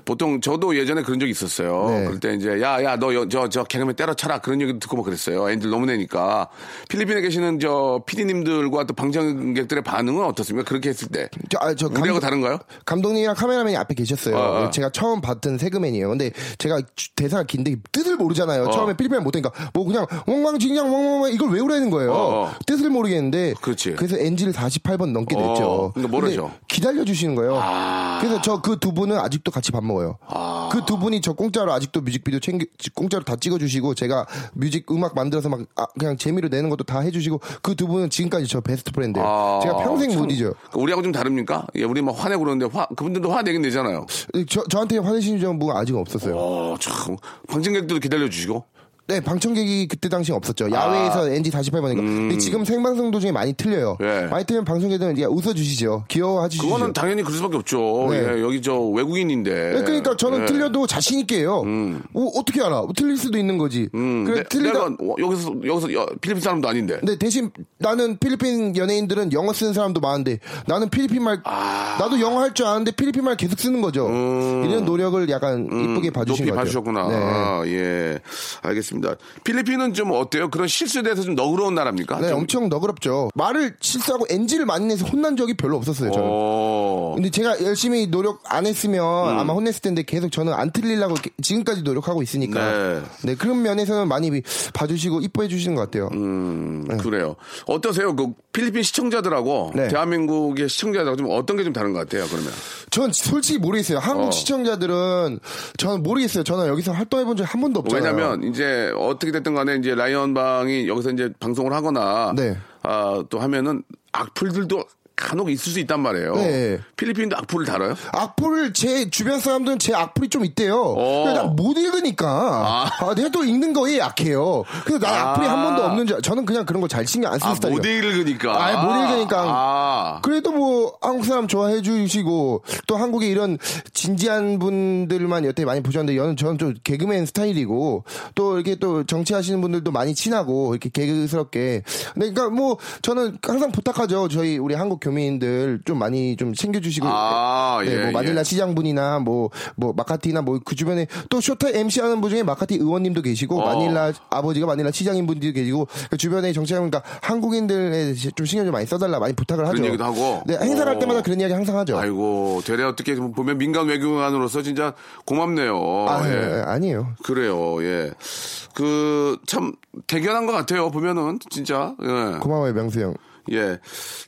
보통 저도 예전에 그런 적이 있었어요. 네. 그럴 때 이제 야, 야, 너, 여- 저, 저 개그맨 때려쳐라. 그런 얘기도 듣고 막 그랬어요. 애들 너무 내니까. 필리핀에 계시는 저 피디님들과 또 방청객들의 반응은 어떻습니까? 그렇게 했을 때. 저, 아, 저 우리하고 감독- 다른가요? 감독님이랑 카메라맨이 앞에 계셨어요. 뭐 어, 어. 제가 처음 봤던 세그맨이에요. 근데 제가 주- 대사가 긴데 뜻을 모르잖아요. 어. 처음에 필리핀 못하니까 뭐 그냥 웡광진양 웡왕왕 이걸 외우라는 거예요. 어, 어. 뜻을 모르겠는데 그렇지. 그래서 NG를 48번 넘게 어, 냈죠. 근데 뭐라죠? 아. 기다려 주시는 거예요. 그래서 저 그 두 분은 아직도 같이 밥 먹어요. 그 두 분이 저 공짜로 아직도 뮤직비디오 챙겨 공짜로 다 찍어 주시고 제가 뮤직 음악 만들어서 막 아, 그냥 재미로 내는 것도 다 해주시고 그 두 분은 지금까지 저 베스트 프렌드예요. 아, 제가 평생 참, 못 잊어요. 그 우리하고 좀 다릅니까? 예, 우리 막 화내고 그러는데 화, 그분들도 화내긴 내잖아요. 그 저, 저한테 화내신 정부가 아직 없었어요. 어, 참. 방청객들도 기다려주시고. 네, 방청객이 그때 당시 아. 없었죠. 야외에서 NG 48번이니까. 근데 지금 생방송 도중에 많이 틀려요. 음. 예. 많이 틀면 방청객들은 이제 웃어주시죠. 귀여워해주시죠. 그거는 당연히 그럴 수밖에 없죠. 네. 예, 여기 저 외국인인데. 네, 그러니까 저는 예. 음. 틀려도 자신있게 해요. 어, 떻게 알아? 틀릴 수도 있는 거지. 내- 그래, 틀리다. 내가 어, 여기서 여기서 여- 필리핀 사람도 아닌데. 근데 대신 나는 필리핀 연예인들은 영어 쓰는 사람도 많은데 나는 필리핀 말, 아. 나도 영어 할 줄 아는데 필리핀 말 계속 쓰는 거죠. 이런 노력을 약간 이쁘게 봐주신 음. 높이 것 같아요. 봐주셨구나. 네. 아, 예, 알겠습니다. 필리핀은 좀 어때요? 그런 실수에 대해서 좀 너그러운 나라입니까? 네, 아, 좀- 엄청 너그럽죠. 말을 실수하고 NG를 많이 내서 혼난 적이 별로 없었어요, 저는. 어, 근데 제가 열심히 노력 안 했으면 음. 아마 혼냈을 텐데 계속 저는 안 틀리려고 이렇게 지금까지 노력하고 있으니까. 네. 네, 그런 면에서는 많이 봐주시고 이뻐해 주시는 것 같아요. 음, 그래요. 어떠세요? 그 필리핀 시청자들하고 네. 대한민국의 시청자들하고 좀 어떤 게 좀 다른 것 같아요? 그러면 전 솔직히 모르겠어요. 한국 어. 시청자들은 저는 모르겠어요. 저는 여기서 활동해 본 적이 한 번도 없잖아요. 왜냐면 이제 어떻게 됐든 간에 이제 라이언 방이 여기서 이제 방송을 하거나 네. 아, 또 하면은 악플들도 간혹 있을 수 있단 말이에요. 네. 필리핀도 악플을 달아요? 악플을 제 주변 사람들은 제 악플이 좀 있대요. 어. 근데 난못 읽으니까. 아. 내가 또 읽는 거에 약해요. 그래서 난 아. 악플이 한 번도 없는 줄. 저는 그냥 그런 거 잘 신경 안 쓰는 아, 스타일이에요. 못 읽으니까. 아예 못 읽으니까. 아. 그래도 뭐 한국 사람 좋아해 주시고 또 한국의 이런 진지한 분들만 여태 많이 보셨는데 저는 저는 좀 개그맨 스타일이고 또 이렇게 또 정치하시는 분들도 많이 친하고 이렇게 개그스럽게 근데 그러니까 뭐 저는 항상 부탁하죠 저희 우리 한국 교민들 좀 많이 좀 챙겨주시고 아, 네, 예, 뭐 마닐라 예. 시장 분이나 뭐 뭐 마카티나 뭐 그 주변에 또 쇼타 MC 하는 분 중에 마카티 의원님도 계시고 어. 마닐라 아버지가 마닐라 시장인 분도 계시고 그 주변에 정치하는 그러니까 한국인들에 좀 신경 좀 많이 써달라 많이 부탁을 하죠. 그런 얘기도 하고? 네, 행사를 어. 할 때마다 그런 이야기 항상 하죠. 아이고, 되레 어떻게 보면 민간 외교관으로서 진짜 고맙네요. 아, 예. 예, 아니에요. 그래요, 예. 그, 참, 대견한 것 같아요, 보면은, 진짜. 예. 고마워요 명수 형. 예.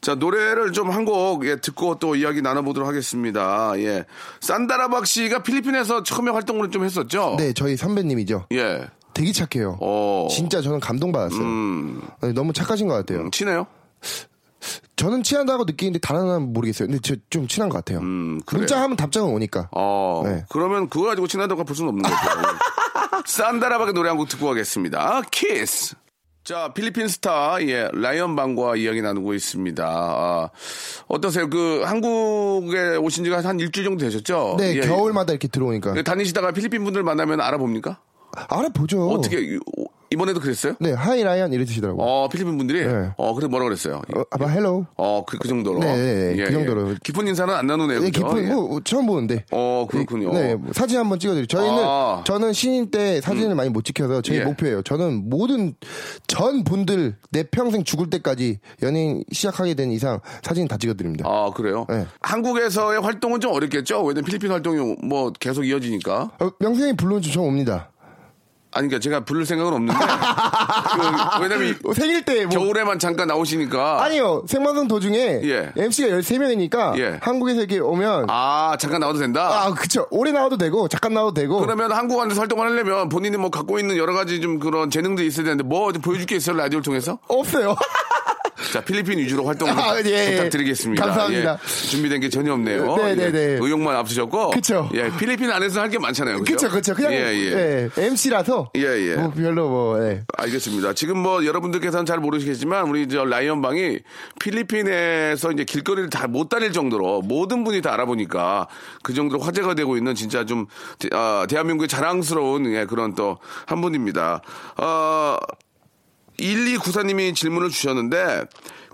자, 노래를 좀 한 곡, 예, 듣고 또 이야기 나눠보도록 하겠습니다. 예. 산다라박 씨가 필리핀에서 처음에 활동을 좀 했었죠? 네, 저희 선배님이죠. 예. 되게 착해요. 어. 진짜 저는 감동받았어요. 아니, 너무 착하신 것 같아요. 음, 친해요? 저는 친하다고 느끼는데 다른 하나는 모르겠어요. 근데 저 좀 친한 것 같아요. 음, 그래요. 문자 하면 답장은 오니까. 어. 네. 그러면 그거 가지고 친하다고 볼 수는 없는 거죠. *laughs* 산다라박의 노래 한 곡 듣고 가겠습니다. 키스! 자, 필리핀 스타, 예, 라이언방과 이야기 나누고 있습니다. 아, 어떠세요? 그, 한국에 오신 지가 한 일주일 정도 되셨죠? 네, 예. 겨울마다 이렇게 들어오니까. 예, 다니시다가 필리핀 분들 만나면 알아봅니까? 알아보죠. 어떻게 이- 이번에도 그랬어요? 네, 하이 라이언 이래주시더라고요. 어 필리핀 분들이 네. 어 그래 뭐라 그랬어요? 어, 아마 헬로우. 어그 그 정도로 예. 네, 네, 네, 그 정도로. 깊은 인사는 안 나누네요. 네, 그죠? 깊은, 예. 뭐, 처음 보는데. 어 그렇군요. 네, 뭐 사진 한번 찍어드릴게요. 저희는, 아. 저는 신인 때 사진을 많이 못 찍혀서 제 예. 목표예요. 저는 모든, 전 분들, 내 평생 죽을 때까지 연예인 시작하게 된 이상 사진 다 찍어드립니다. 아 그래요? 네. 한국에서의 활동은 좀 어렵겠죠? 왜냐면 필리핀 활동이 뭐 계속 이어지니까. 어, 명생이 불러주면 저 옵니다. 아니 그러니까 제가 부를 생각은 없는데 그, 왜냐면 이- 어, 생일 때 뭐. 겨울에만 잠깐 나오시니까 아니요, 생방송 도중에 예. MC가 13명이니까 예. 한국에서 이렇게 오면 아, 잠깐 나와도 된다. 아, 그쵸. 오래 나와도 되고, 잠깐 나와도 되고. 그러면 한국 안에서 활동을 하려면 본인이 뭐 갖고 있는 여러 가지 좀 그런 재능들이 있어야 되는데 뭐 좀 보여줄 게 있어요 라디오를 통해서? 없어요. *laughs* 자, 필리핀 위주로 활동 아, 예, 예. 부탁드리겠습니다. 감사합니다. 예, 준비된 게 전혀 없네요. 네, 네, 예, 네. 의욕만 앞서셨고. 그쵸. 예, 필리핀 안에서 할 게 많잖아요. 그죠? 그쵸, 그쵸. 그냥, 예, 예. MC라서. 예, 예. 뭐, 별로 뭐, 예. 알겠습니다. 지금 뭐 여러분들께서는 잘 모르시겠지만 우리 저 라이언 방이 필리핀에서 이제 길거리를 다 못 다닐 정도로 모든 분이 다 알아보니까 그 정도로 화제가 되고 있는 진짜 좀 대- 아, 대한민국의 자랑스러운 예, 그런 또 한 분입니다. 어, 1294님이 질문을 주셨는데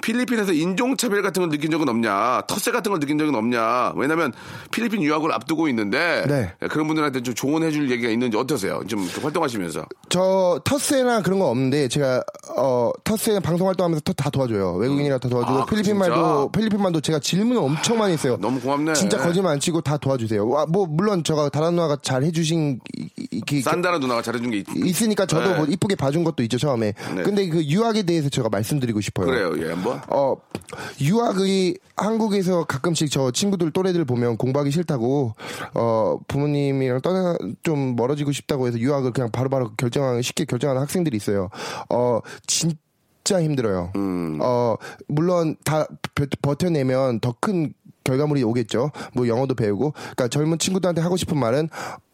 필리핀에서 인종차별 같은 걸 느낀 적은 없냐 텃세 같은 걸 느낀 적은 없냐 왜냐면 필리핀 유학을 앞두고 있는데 네. 예, 그런 분들한테 좀 조언해 줄 얘기가 있는지 어떠세요 좀 활동하시면서 저, 터세나 그런 거 없는데, 제가, 어, 터세 방송 활동하면서 터- 다 도와줘요. 외국인이라 다 도와주고, 아, 필리핀 진짜? 말도, 필리핀 말도 제가 질문을 엄청 많이 했어요. 너무 고맙네. 예. 진짜 거짓말 안 치고 다 도와주세요. 와, 뭐, 물론 저가 다른 누나가 잘 해주신, 이- 이- 이- 산다라 누나가 잘해준 게 있, 있으니까 저도 네. 뭐 이쁘게 봐준 것도 있죠 처음에. 네. 근데 그 유학에 대해서 제가 말씀드리고 싶어요. 그래요 예 한번 어 유학이 한국에서 가끔씩 저 친구들 또래들 보면 공부하기 싫다고 어 부모님이랑 떠나 좀 멀어지고 싶다고 해서 유학을 그냥 바로바로 결정하는 쉽게 결정하는 학생들이 있어요. 어 진. 짜 힘들어요. 어 물론 다 버- 버텨내면 더 큰 결과물이 오겠죠. 뭐 영어도 배우고, 그러니까 젊은 친구들한테 하고 싶은 말은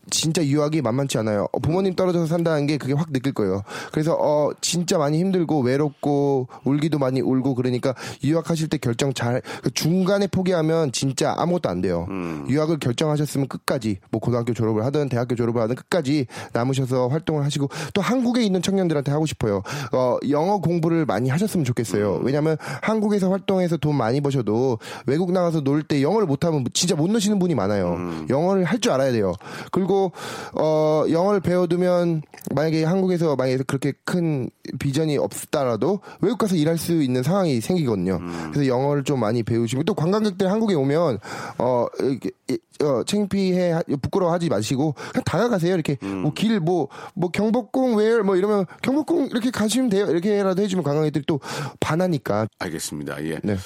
진짜 유학이 만만치 않아요. 어, 부모님 떨어져서 산다는 게 그게 확 느낄 거예요. 그래서 어 진짜 많이 힘들고 외롭고 울기도 많이 울고 그러니까 유학하실 때 결정 잘그 중간에 포기하면 진짜 아무것도 안 돼요. 유학을 결정하셨으면 끝까지 뭐 고등학교 졸업을 하든 대학교 졸업을 하든 끝까지 남으셔서 활동을 하시고 또 한국에 있는 청년들한테 하고 싶어요. 어 영어 공부를 많이 하셨으면 좋겠어요. 왜냐면 한국에서 활동해서 돈 많이 버셔도 외국 나가서 놀 때 영어를 못하면 진짜 못 노시는 분이 많아요. 영어를 할 줄 알아야 돼요. 그리고 어 영어를 배워두면 만약에 한국에서 만약에 그렇게 큰 비전이 없다라도 외국 가서 일할 수 있는 상황이 생기거든요. 그래서 영어를 좀 많이 배우시고 또 관광객들 한국에 오면 어, 이렇게, 이- 어 창피해 하- 부끄러워하지 마시고 그냥 다가가세요. 이렇게 뭐 길 뭐 뭐 경복궁 where 뭐 이러면 경복궁 이렇게 가시면 돼요. 이렇게라도 해주면 관광객들이 또 반하니까 알겠습니다. 예. 네.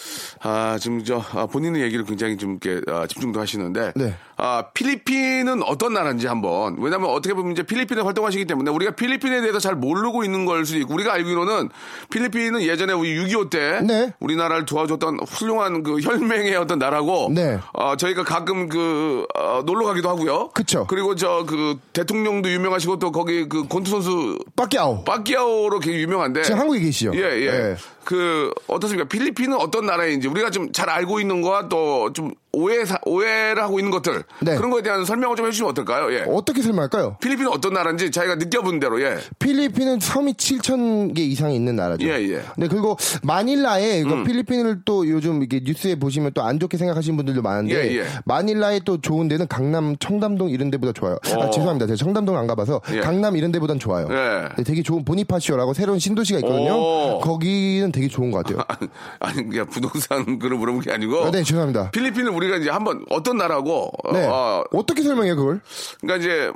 아 지금 저 아, 본인의 얘기를 굉장히 좀 이렇게 아, 집중도 하시는데 네. 아 필리핀은 어떤 나라인지 한번 왜냐하면 어떻게 보면 이제 필리핀에 활동하시기 때문에 우리가 필리핀에 대해서 잘 모르고 있는 걸 수도 있고 우리가 알기로는 필리핀은 예전에 우리 6.25때 네. 우리나라를 도와줬던 훌륭한 그 혈맹의 어떤 나라고 네. 어, 저희가 가끔 그 어, 놀러 가기도 하고요. 그쵸. 그리고 저 그 대통령도 유명하시고 또 거기 그 권투 선수 빠끼아오 빠키아오로 굉장히 유명한데 지금 한국에 계시죠? 예, 예. 예. 그 어떻습니까? 필리핀은 어떤 나라인지 우리가 좀 잘 알고 있는 거와 또 좀 오해 사- 오해를 하고 있는 것들 네. 그런 거에 대한 설명을 좀 해주시면 어떨까요? 예. 어떻게 설명할까요? 필리핀은 어떤 나라인지 자기가 느껴본 대로 예. *laughs* 필리핀은 섬이 7천 개 이상이 있는 나라죠. 예, 음. 예. 네, 그리고 마닐라에 그 필리핀을 또 요즘 이게 뉴스에 보시면 또 안 좋게 생각하시는 분들도 많은데 예, 예. 마닐라에 또 좋은 데는 강남 청담동 이런 데보다 좋아요. 아, 어. 죄송합니다. 제가 청담동 안 가봐서 예. 강남 이런 데보단 좋아요. 예. 네, 되게 좋은 보니파시오라고 새로운 신도시가 있거든요. 오. 거기는 되게 좋은 것 같아요. 아니 그냥 부동산 그런 물어본 게 아니고 아, 네, 죄송합니다. 필리핀을 우리가 이제 한번 어떤 나라고 어, 네. 어, 어떻게 설명해요, 그걸? 그러니까 이제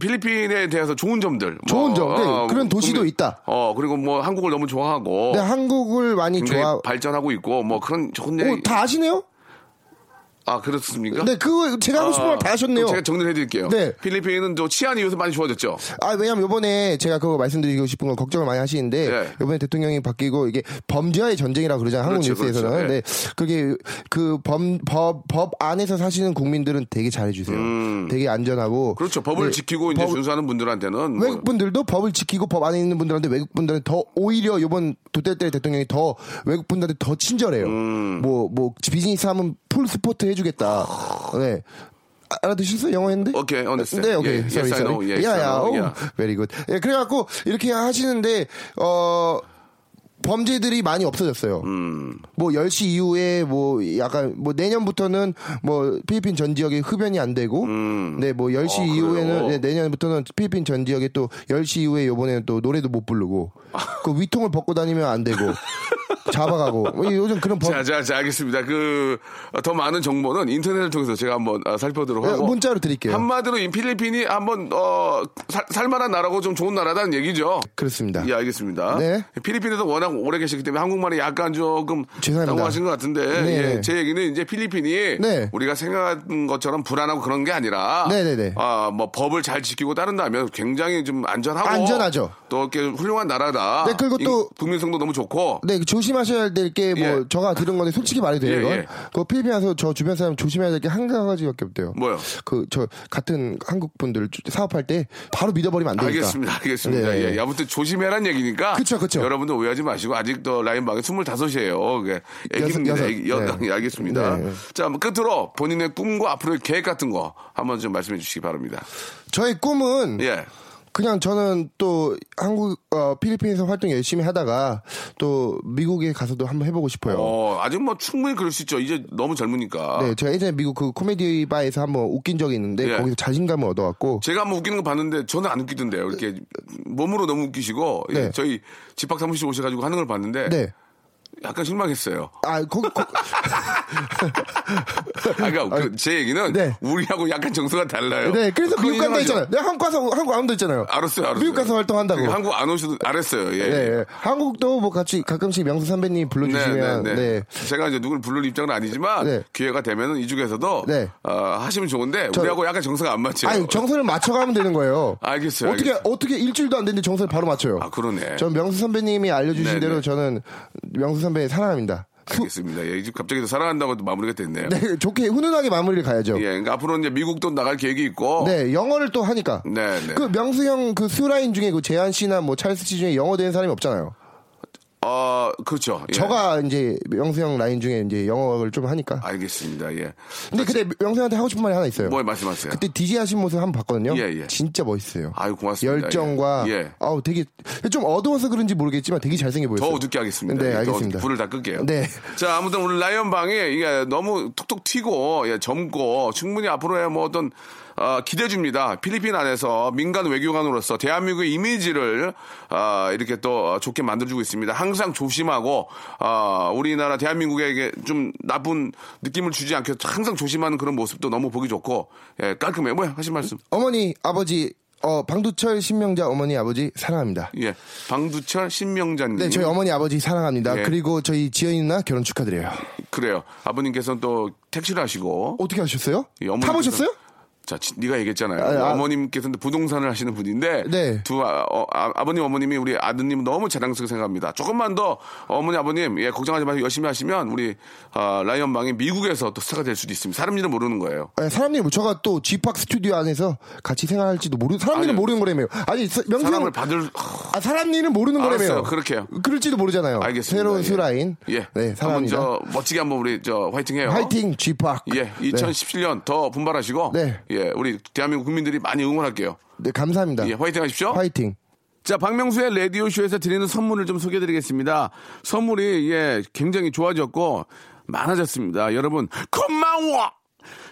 필리핀에 대해서 좋은 점들. 좋은 뭐, 점, 네, 어, 그런 도시도 국민- 있다. 어, 그리고 뭐 한국을 너무 좋아하고. 네, 한국을 많이 어. 굉장히 좋아. 발전하고 있고 뭐 그런 좋은 얘기. 오, 다 아시네요? 아, 그렇습니까? 네, 그거 제가 하고 싶은 말 다 어, 하셨네요. 아. 그럼 제가 정리해 드릴게요. 네. 필리핀은 또 치안 이후에서 많이 좋아졌죠. 아, 왜냐면 요번에 제가 그거 말씀드리고 싶은 건 걱정을 많이 하시는데 예. 요번에 대통령이 바뀌고 이게 범죄와의 전쟁이라고 그러잖아요. 한국 그렇죠, 뉴스에서는. 그렇죠. 예. 네. 그게 그법법법 안에서 사시는 국민들은 되게 잘해 주세요. 되게 안전하고 음. 그렇죠. 법을 네, 지키고 이제 법- 준수하는 분들한테는 뭐 외국분들도 법을 지키고 법 안에 있는 분들한테 외국분들은 더 오히려 요번 도대때 대통령이 더 외국분들한테 더 친절해요. 음. 뭐 뭐 비즈니스 하면 풀 스포트 해주겠다. 네. 아, 알아두셨어요? 영어 했는데? Okay, understand. 네, 오케이. Yeah, 예, yes, I sorry, sorry. know. Yes, yeah, I yeah. know. Oh, Yeah. very good. 예, 그래갖고 이렇게 하시는데 어 범죄들이 많이 음. 없어졌어요. 뭐 10시 이후에 뭐 약간 뭐 내년부터는 뭐 필리핀 전 지역에 흡연이 안 되고 네 뭐 10시 아, 이후에는 그래요? 네, 내년부터는 필리핀 전 지역에 또 10시 이후에 요번에는 또 노래도 못 부르고 그 위통을 벗고 다니면 *laughs* 안 되고 잡아가고 뭐 요즘 그런 법 자, 자, 자, 알겠습니다. 그, 어, 더 많은 정보는 인터넷을 통해서 제가 한번 아, 살펴보도록 예, 하고. 문자로 드릴게요. 한마디로 이 필리핀이 한번, 어, 살, 살만한 나라고 좀 좋은 나라다는 얘기죠. 그렇습니다. 예, 알겠습니다. 네. 필리핀에서 워낙 오래 계시기 때문에 한국말이 약간 조금 죄송합니다. 당황하신 것 같은데 네. 예, 제 얘기는 이제 필리핀이 네. 우리가 생각한 것처럼 불안하고 그런 게 아니라 네, 네, 네. 아, 뭐 법을 잘 지키고 따른다면 굉장히 좀 안전하고 안전하죠. 또 이렇게 훌륭한 나라다. 네, 그리고 또- 이- 국민성도 너무 좋고 네, 그 조심하셔야 될 게 뭐 예. 저가 들은 건데 솔직히 말해도 돼요. 예, 이건. 예. 그 필리핀 와서 저 주변 사람 조심해야 될 게 한 가지밖에 없대요. 뭐요? 그 저 같은 한국 분들 사업할 때 바로 믿어버리면 안 되니까. 알겠습니다. 알겠습니다. 그러니까. 네, 예, 네. 예. 아무튼 조심해란 얘기니까. 그쵸, 그쵸. 여러분들 오해하지 마시고 아직도 라인방에 25이에요. 예. 애기입니다. 여섯, 애기, 여섯. 여, 네. 알겠습니다. 네. 자, 뭐 끝으로 본인의 꿈과 앞으로의 계획 같은 거 한번 좀 말씀해 주시기 바랍니다. 저의 꿈은 예. 그냥 저는 또 한국 어, 필리핀에서 활동 열심히 하다가 또 미국에 가서도 한번 해보고 싶어요. 어, 아직 뭐 충분히 그럴 수 있죠. 이제 너무 젊으니까. 네, 제가 예전에 미국 그 코미디 바에서 한번 웃긴 적이 있는데 예. 거기서 자신감을 얻어갖고 제가 한번 웃기는 거 봤는데 저는 안 웃기던데요. 이렇게 몸으로 너무 웃기시고 예, 네. 저희 집합 사무실 오셔가지고 하는 걸 봤는데 네. 약간 *laughs* 실망했어요. 아, 거기 *laughs* 거- 아, 그러니까 그, 제 얘기는 네. 우리하고 약간 정서가 달라요. 네, 그래서 그건 미국 인정하죠. 간다 했잖아요. 내가 한국 가서 한국 안 온다 했잖아요. 알았어요, 알았어요. 미국 가서 활동한다고. 그 한국 안 오셔도 알았어요. 예. 네, 예. 예. 한국도 뭐 같이 가끔씩 명수 선배님 불러주시면 네, 제가 이제 누굴 부를 입장은 아니지만 네. 기회가 되면은 이 중에서도 네. 어, 하시면 좋은데 저- 우리하고 약간 정서가 안 맞죠. 아니 정선을 맞춰가면 되는 거예요. 알겠어요, 어떻게 알겠어요. 어떻게 일주일도 안 됐는데 정선을 바로 맞춰요. 아, 그러네. 전 명수 선배님이 알려주신 네, 대로 네. 저는 명수 선배의 사랑합니다. 후- 알겠습니다. 예, 이제 갑자기 또 사랑한다고 또 마무리가 됐네요. 네, 좋게 훈훈하게 마무리를 가야죠. 예, 그러니까 앞으로 이제 미국도 나갈 계획이 있고. 네, 영어를 또 하니까. 네, 네. 그 명수 형그 수라인 중에 그 재한 씨나 뭐 찰스 씨 중에 영어 되는 사람이 없잖아요. 어, 그렇죠. 예. 저가 이제 명수 형 라인 중에 이제 영어를 좀 하니까. 알겠습니다. 예. 근데 근데 명수 형한테 하고 싶은 말이 하나 있어요. 뭐 말씀하세요. 그때 DJ 하신 모습 한 번 봤거든요. 예, 예. 진짜 멋있어요. 아유, 고맙습니다. 열정과 예. 예. 아우 되게 좀 어두워서 그런지 모르겠지만 되게 잘생겨 더 보였어요. 어둡게 하겠습니다. 네, 예, 더 알겠습니다. 불을 다 끌게요. 네. 자, 아무튼 오늘 라이언 방에 이게 너무 톡톡 튀고 예, 젊고 충분히 앞으로의 뭐 어떤 어, 기대 줍니다. 필리핀 안에서 민간 외교관으로서 대한민국의 이미지를 아, 이렇게 또 어, 좋게 만들어주고 있습니다. 항상 조심하고 아, 우리나라 대한민국에 이게 좀 나쁜 느낌을 주지 않게 항상 조심하는 그런 모습도 너무 보기 좋고 예, 깔끔해요. 뭐야 하신 말씀? 어머니, 아버지, 어 방두철 신명자 어머니, 아버지 사랑합니다. 예, 방두철 신명자님. 네, 저희 어머니, 아버지 사랑합니다. 예. 그리고 저희 지연이 누나 결혼 축하드려요. 그래요. 아버님께서는 또 택시를 하시고 어떻게 하셨어요? 이 어머니께서- 타보셨어요? 자, 지- 네가 얘기했잖아요. 아, 아. 어머님께서는 부동산을 하시는 분인데 네. 두 아, 버님 어머님이 우리 아드님 너무 자랑스럽게 생각합니다. 조금만 더 어머니 아버님 예 걱정하지 마시고 열심히 하시면 우리 아, 라이언 방이 미국에서 또 스타가 될 수도 있습니다. 사람 일은 모르는 거예요. 예, 사람들이 저가 또 G팍 스튜디오 안에서 같이 생활할지도 모르 사람들은 아니, 모르는 거라며요. 아니 서- 명수 사람을 형 받을 아, 사람들은 모르는 알았어요. 거라며요. 그렇게요. 그럴지도 모르잖아요. 알겠습니다. 새로운 예. 수라인. 예. 네, 한번 사랑합니다. 저 멋지게 한번 우리 저 화이팅해요. 화이팅 네, G팍. 예, 2017년 더 분발하시고 네. 예, 우리 대한민국 국민들이 많이 응원할게요. 네, 감사합니다. 예, 화이팅 하십시오. 화이팅. 자, 박명수의 라디오쇼에서 드리는 선물을 좀 소개해 드리겠습니다. 선물이, 예, 굉장히 좋아졌고, 많아졌습니다. 여러분, 고마워!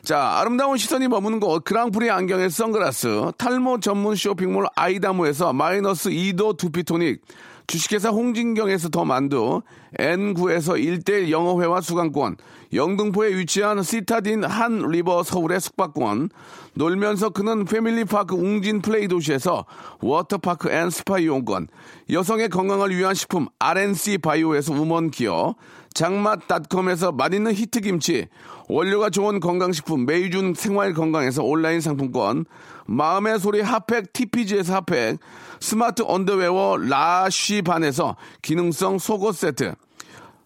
자, 아름다운 시선이 머무는 곳, 그랑프리 안경의 선글라스, 탈모 전문 쇼핑몰 아이다모에서 마이너스 2도 두피토닉, 주식회사 홍진경에서 더 만두, N9에서 일대일 영어회화 수강권, 영등포에 위치한 시타딘 한 리버 서울의 숙박권, 놀면서 그는 패밀리파크 웅진 플레이 도시에서 워터파크 앤 스파 이용권, 여성의 건강을 위한 식품 RNC 바이오에서 우먼 기어, 장맛닷컴에서 맛있는 히트김치, 원료가 좋은 건강식품 메이준 생활건강에서 온라인 상품권, 마음의 소리 핫팩 TPG에서 핫팩, 스마트 언더웨어 라쉬반에서 기능성 속옷 세트,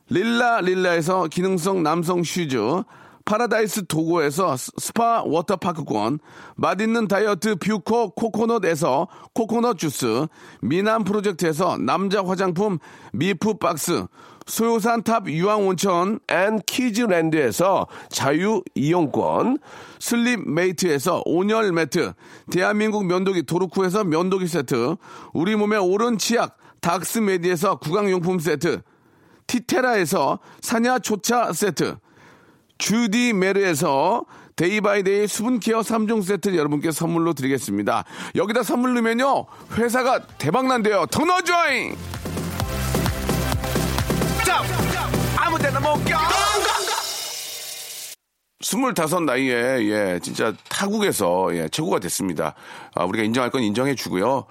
릴라 릴라에서 기능성 남성 슈즈, 파라다이스 도고에서 스- 스파 워터파크권, 맛있는 다이어트 뷰코 코코넛에서 코코넛 주스, 미남 프로젝트에서 남자 화장품 미프 박스, 소요산 탑 유황 온천 앤 키즈랜드에서 자유 이용권, 슬립 메이트에서 온열 매트, 대한민국 면도기 도루쿠에서 면도기 세트, 우리 몸의 오른 치약 닥스메디에서 구강용품 세트, 티테라에서 사냐초차 세트, 주디 메르에서 데이바이데이 수분케어 3종 세트 여러분께 선물로 드리겠습니다. 여기다 선물 넣으면요, 회사가 대박난대요. 더 넣어줘잉! 아무 데나 못 껴! 25 나이에, 예, 진짜 타국에서, 예, 최고가 됐습니다. 아, 우리가 인정할 건 인정해 주고요.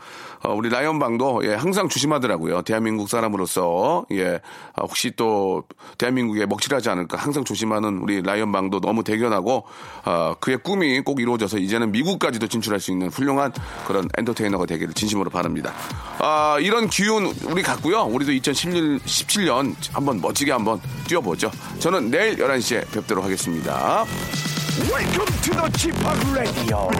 어, 우리 라이언방도, 예, 항상 조심하더라고요. 대한민국 사람으로서, 예, 아, 혹시 또, 대한민국에 먹칠하지 않을까 항상 조심하는 우리 라이언방도 너무 대견하고, 아, 그의 꿈이 꼭 이루어져서 이제는 미국까지도 진출할 수 있는 훌륭한 그런 엔터테이너가 되기를 진심으로 바랍니다. 아, 이런 기운 우리 갖고요. 우리도 2017년 한번 멋지게 한번 뛰어보죠. 저는 내일 11시에 뵙도록 하겠습니다. Welcome to the Chip Radio.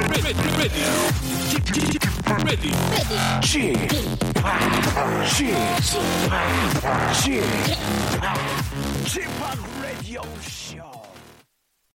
Chip, Chip, Chip Radio Show.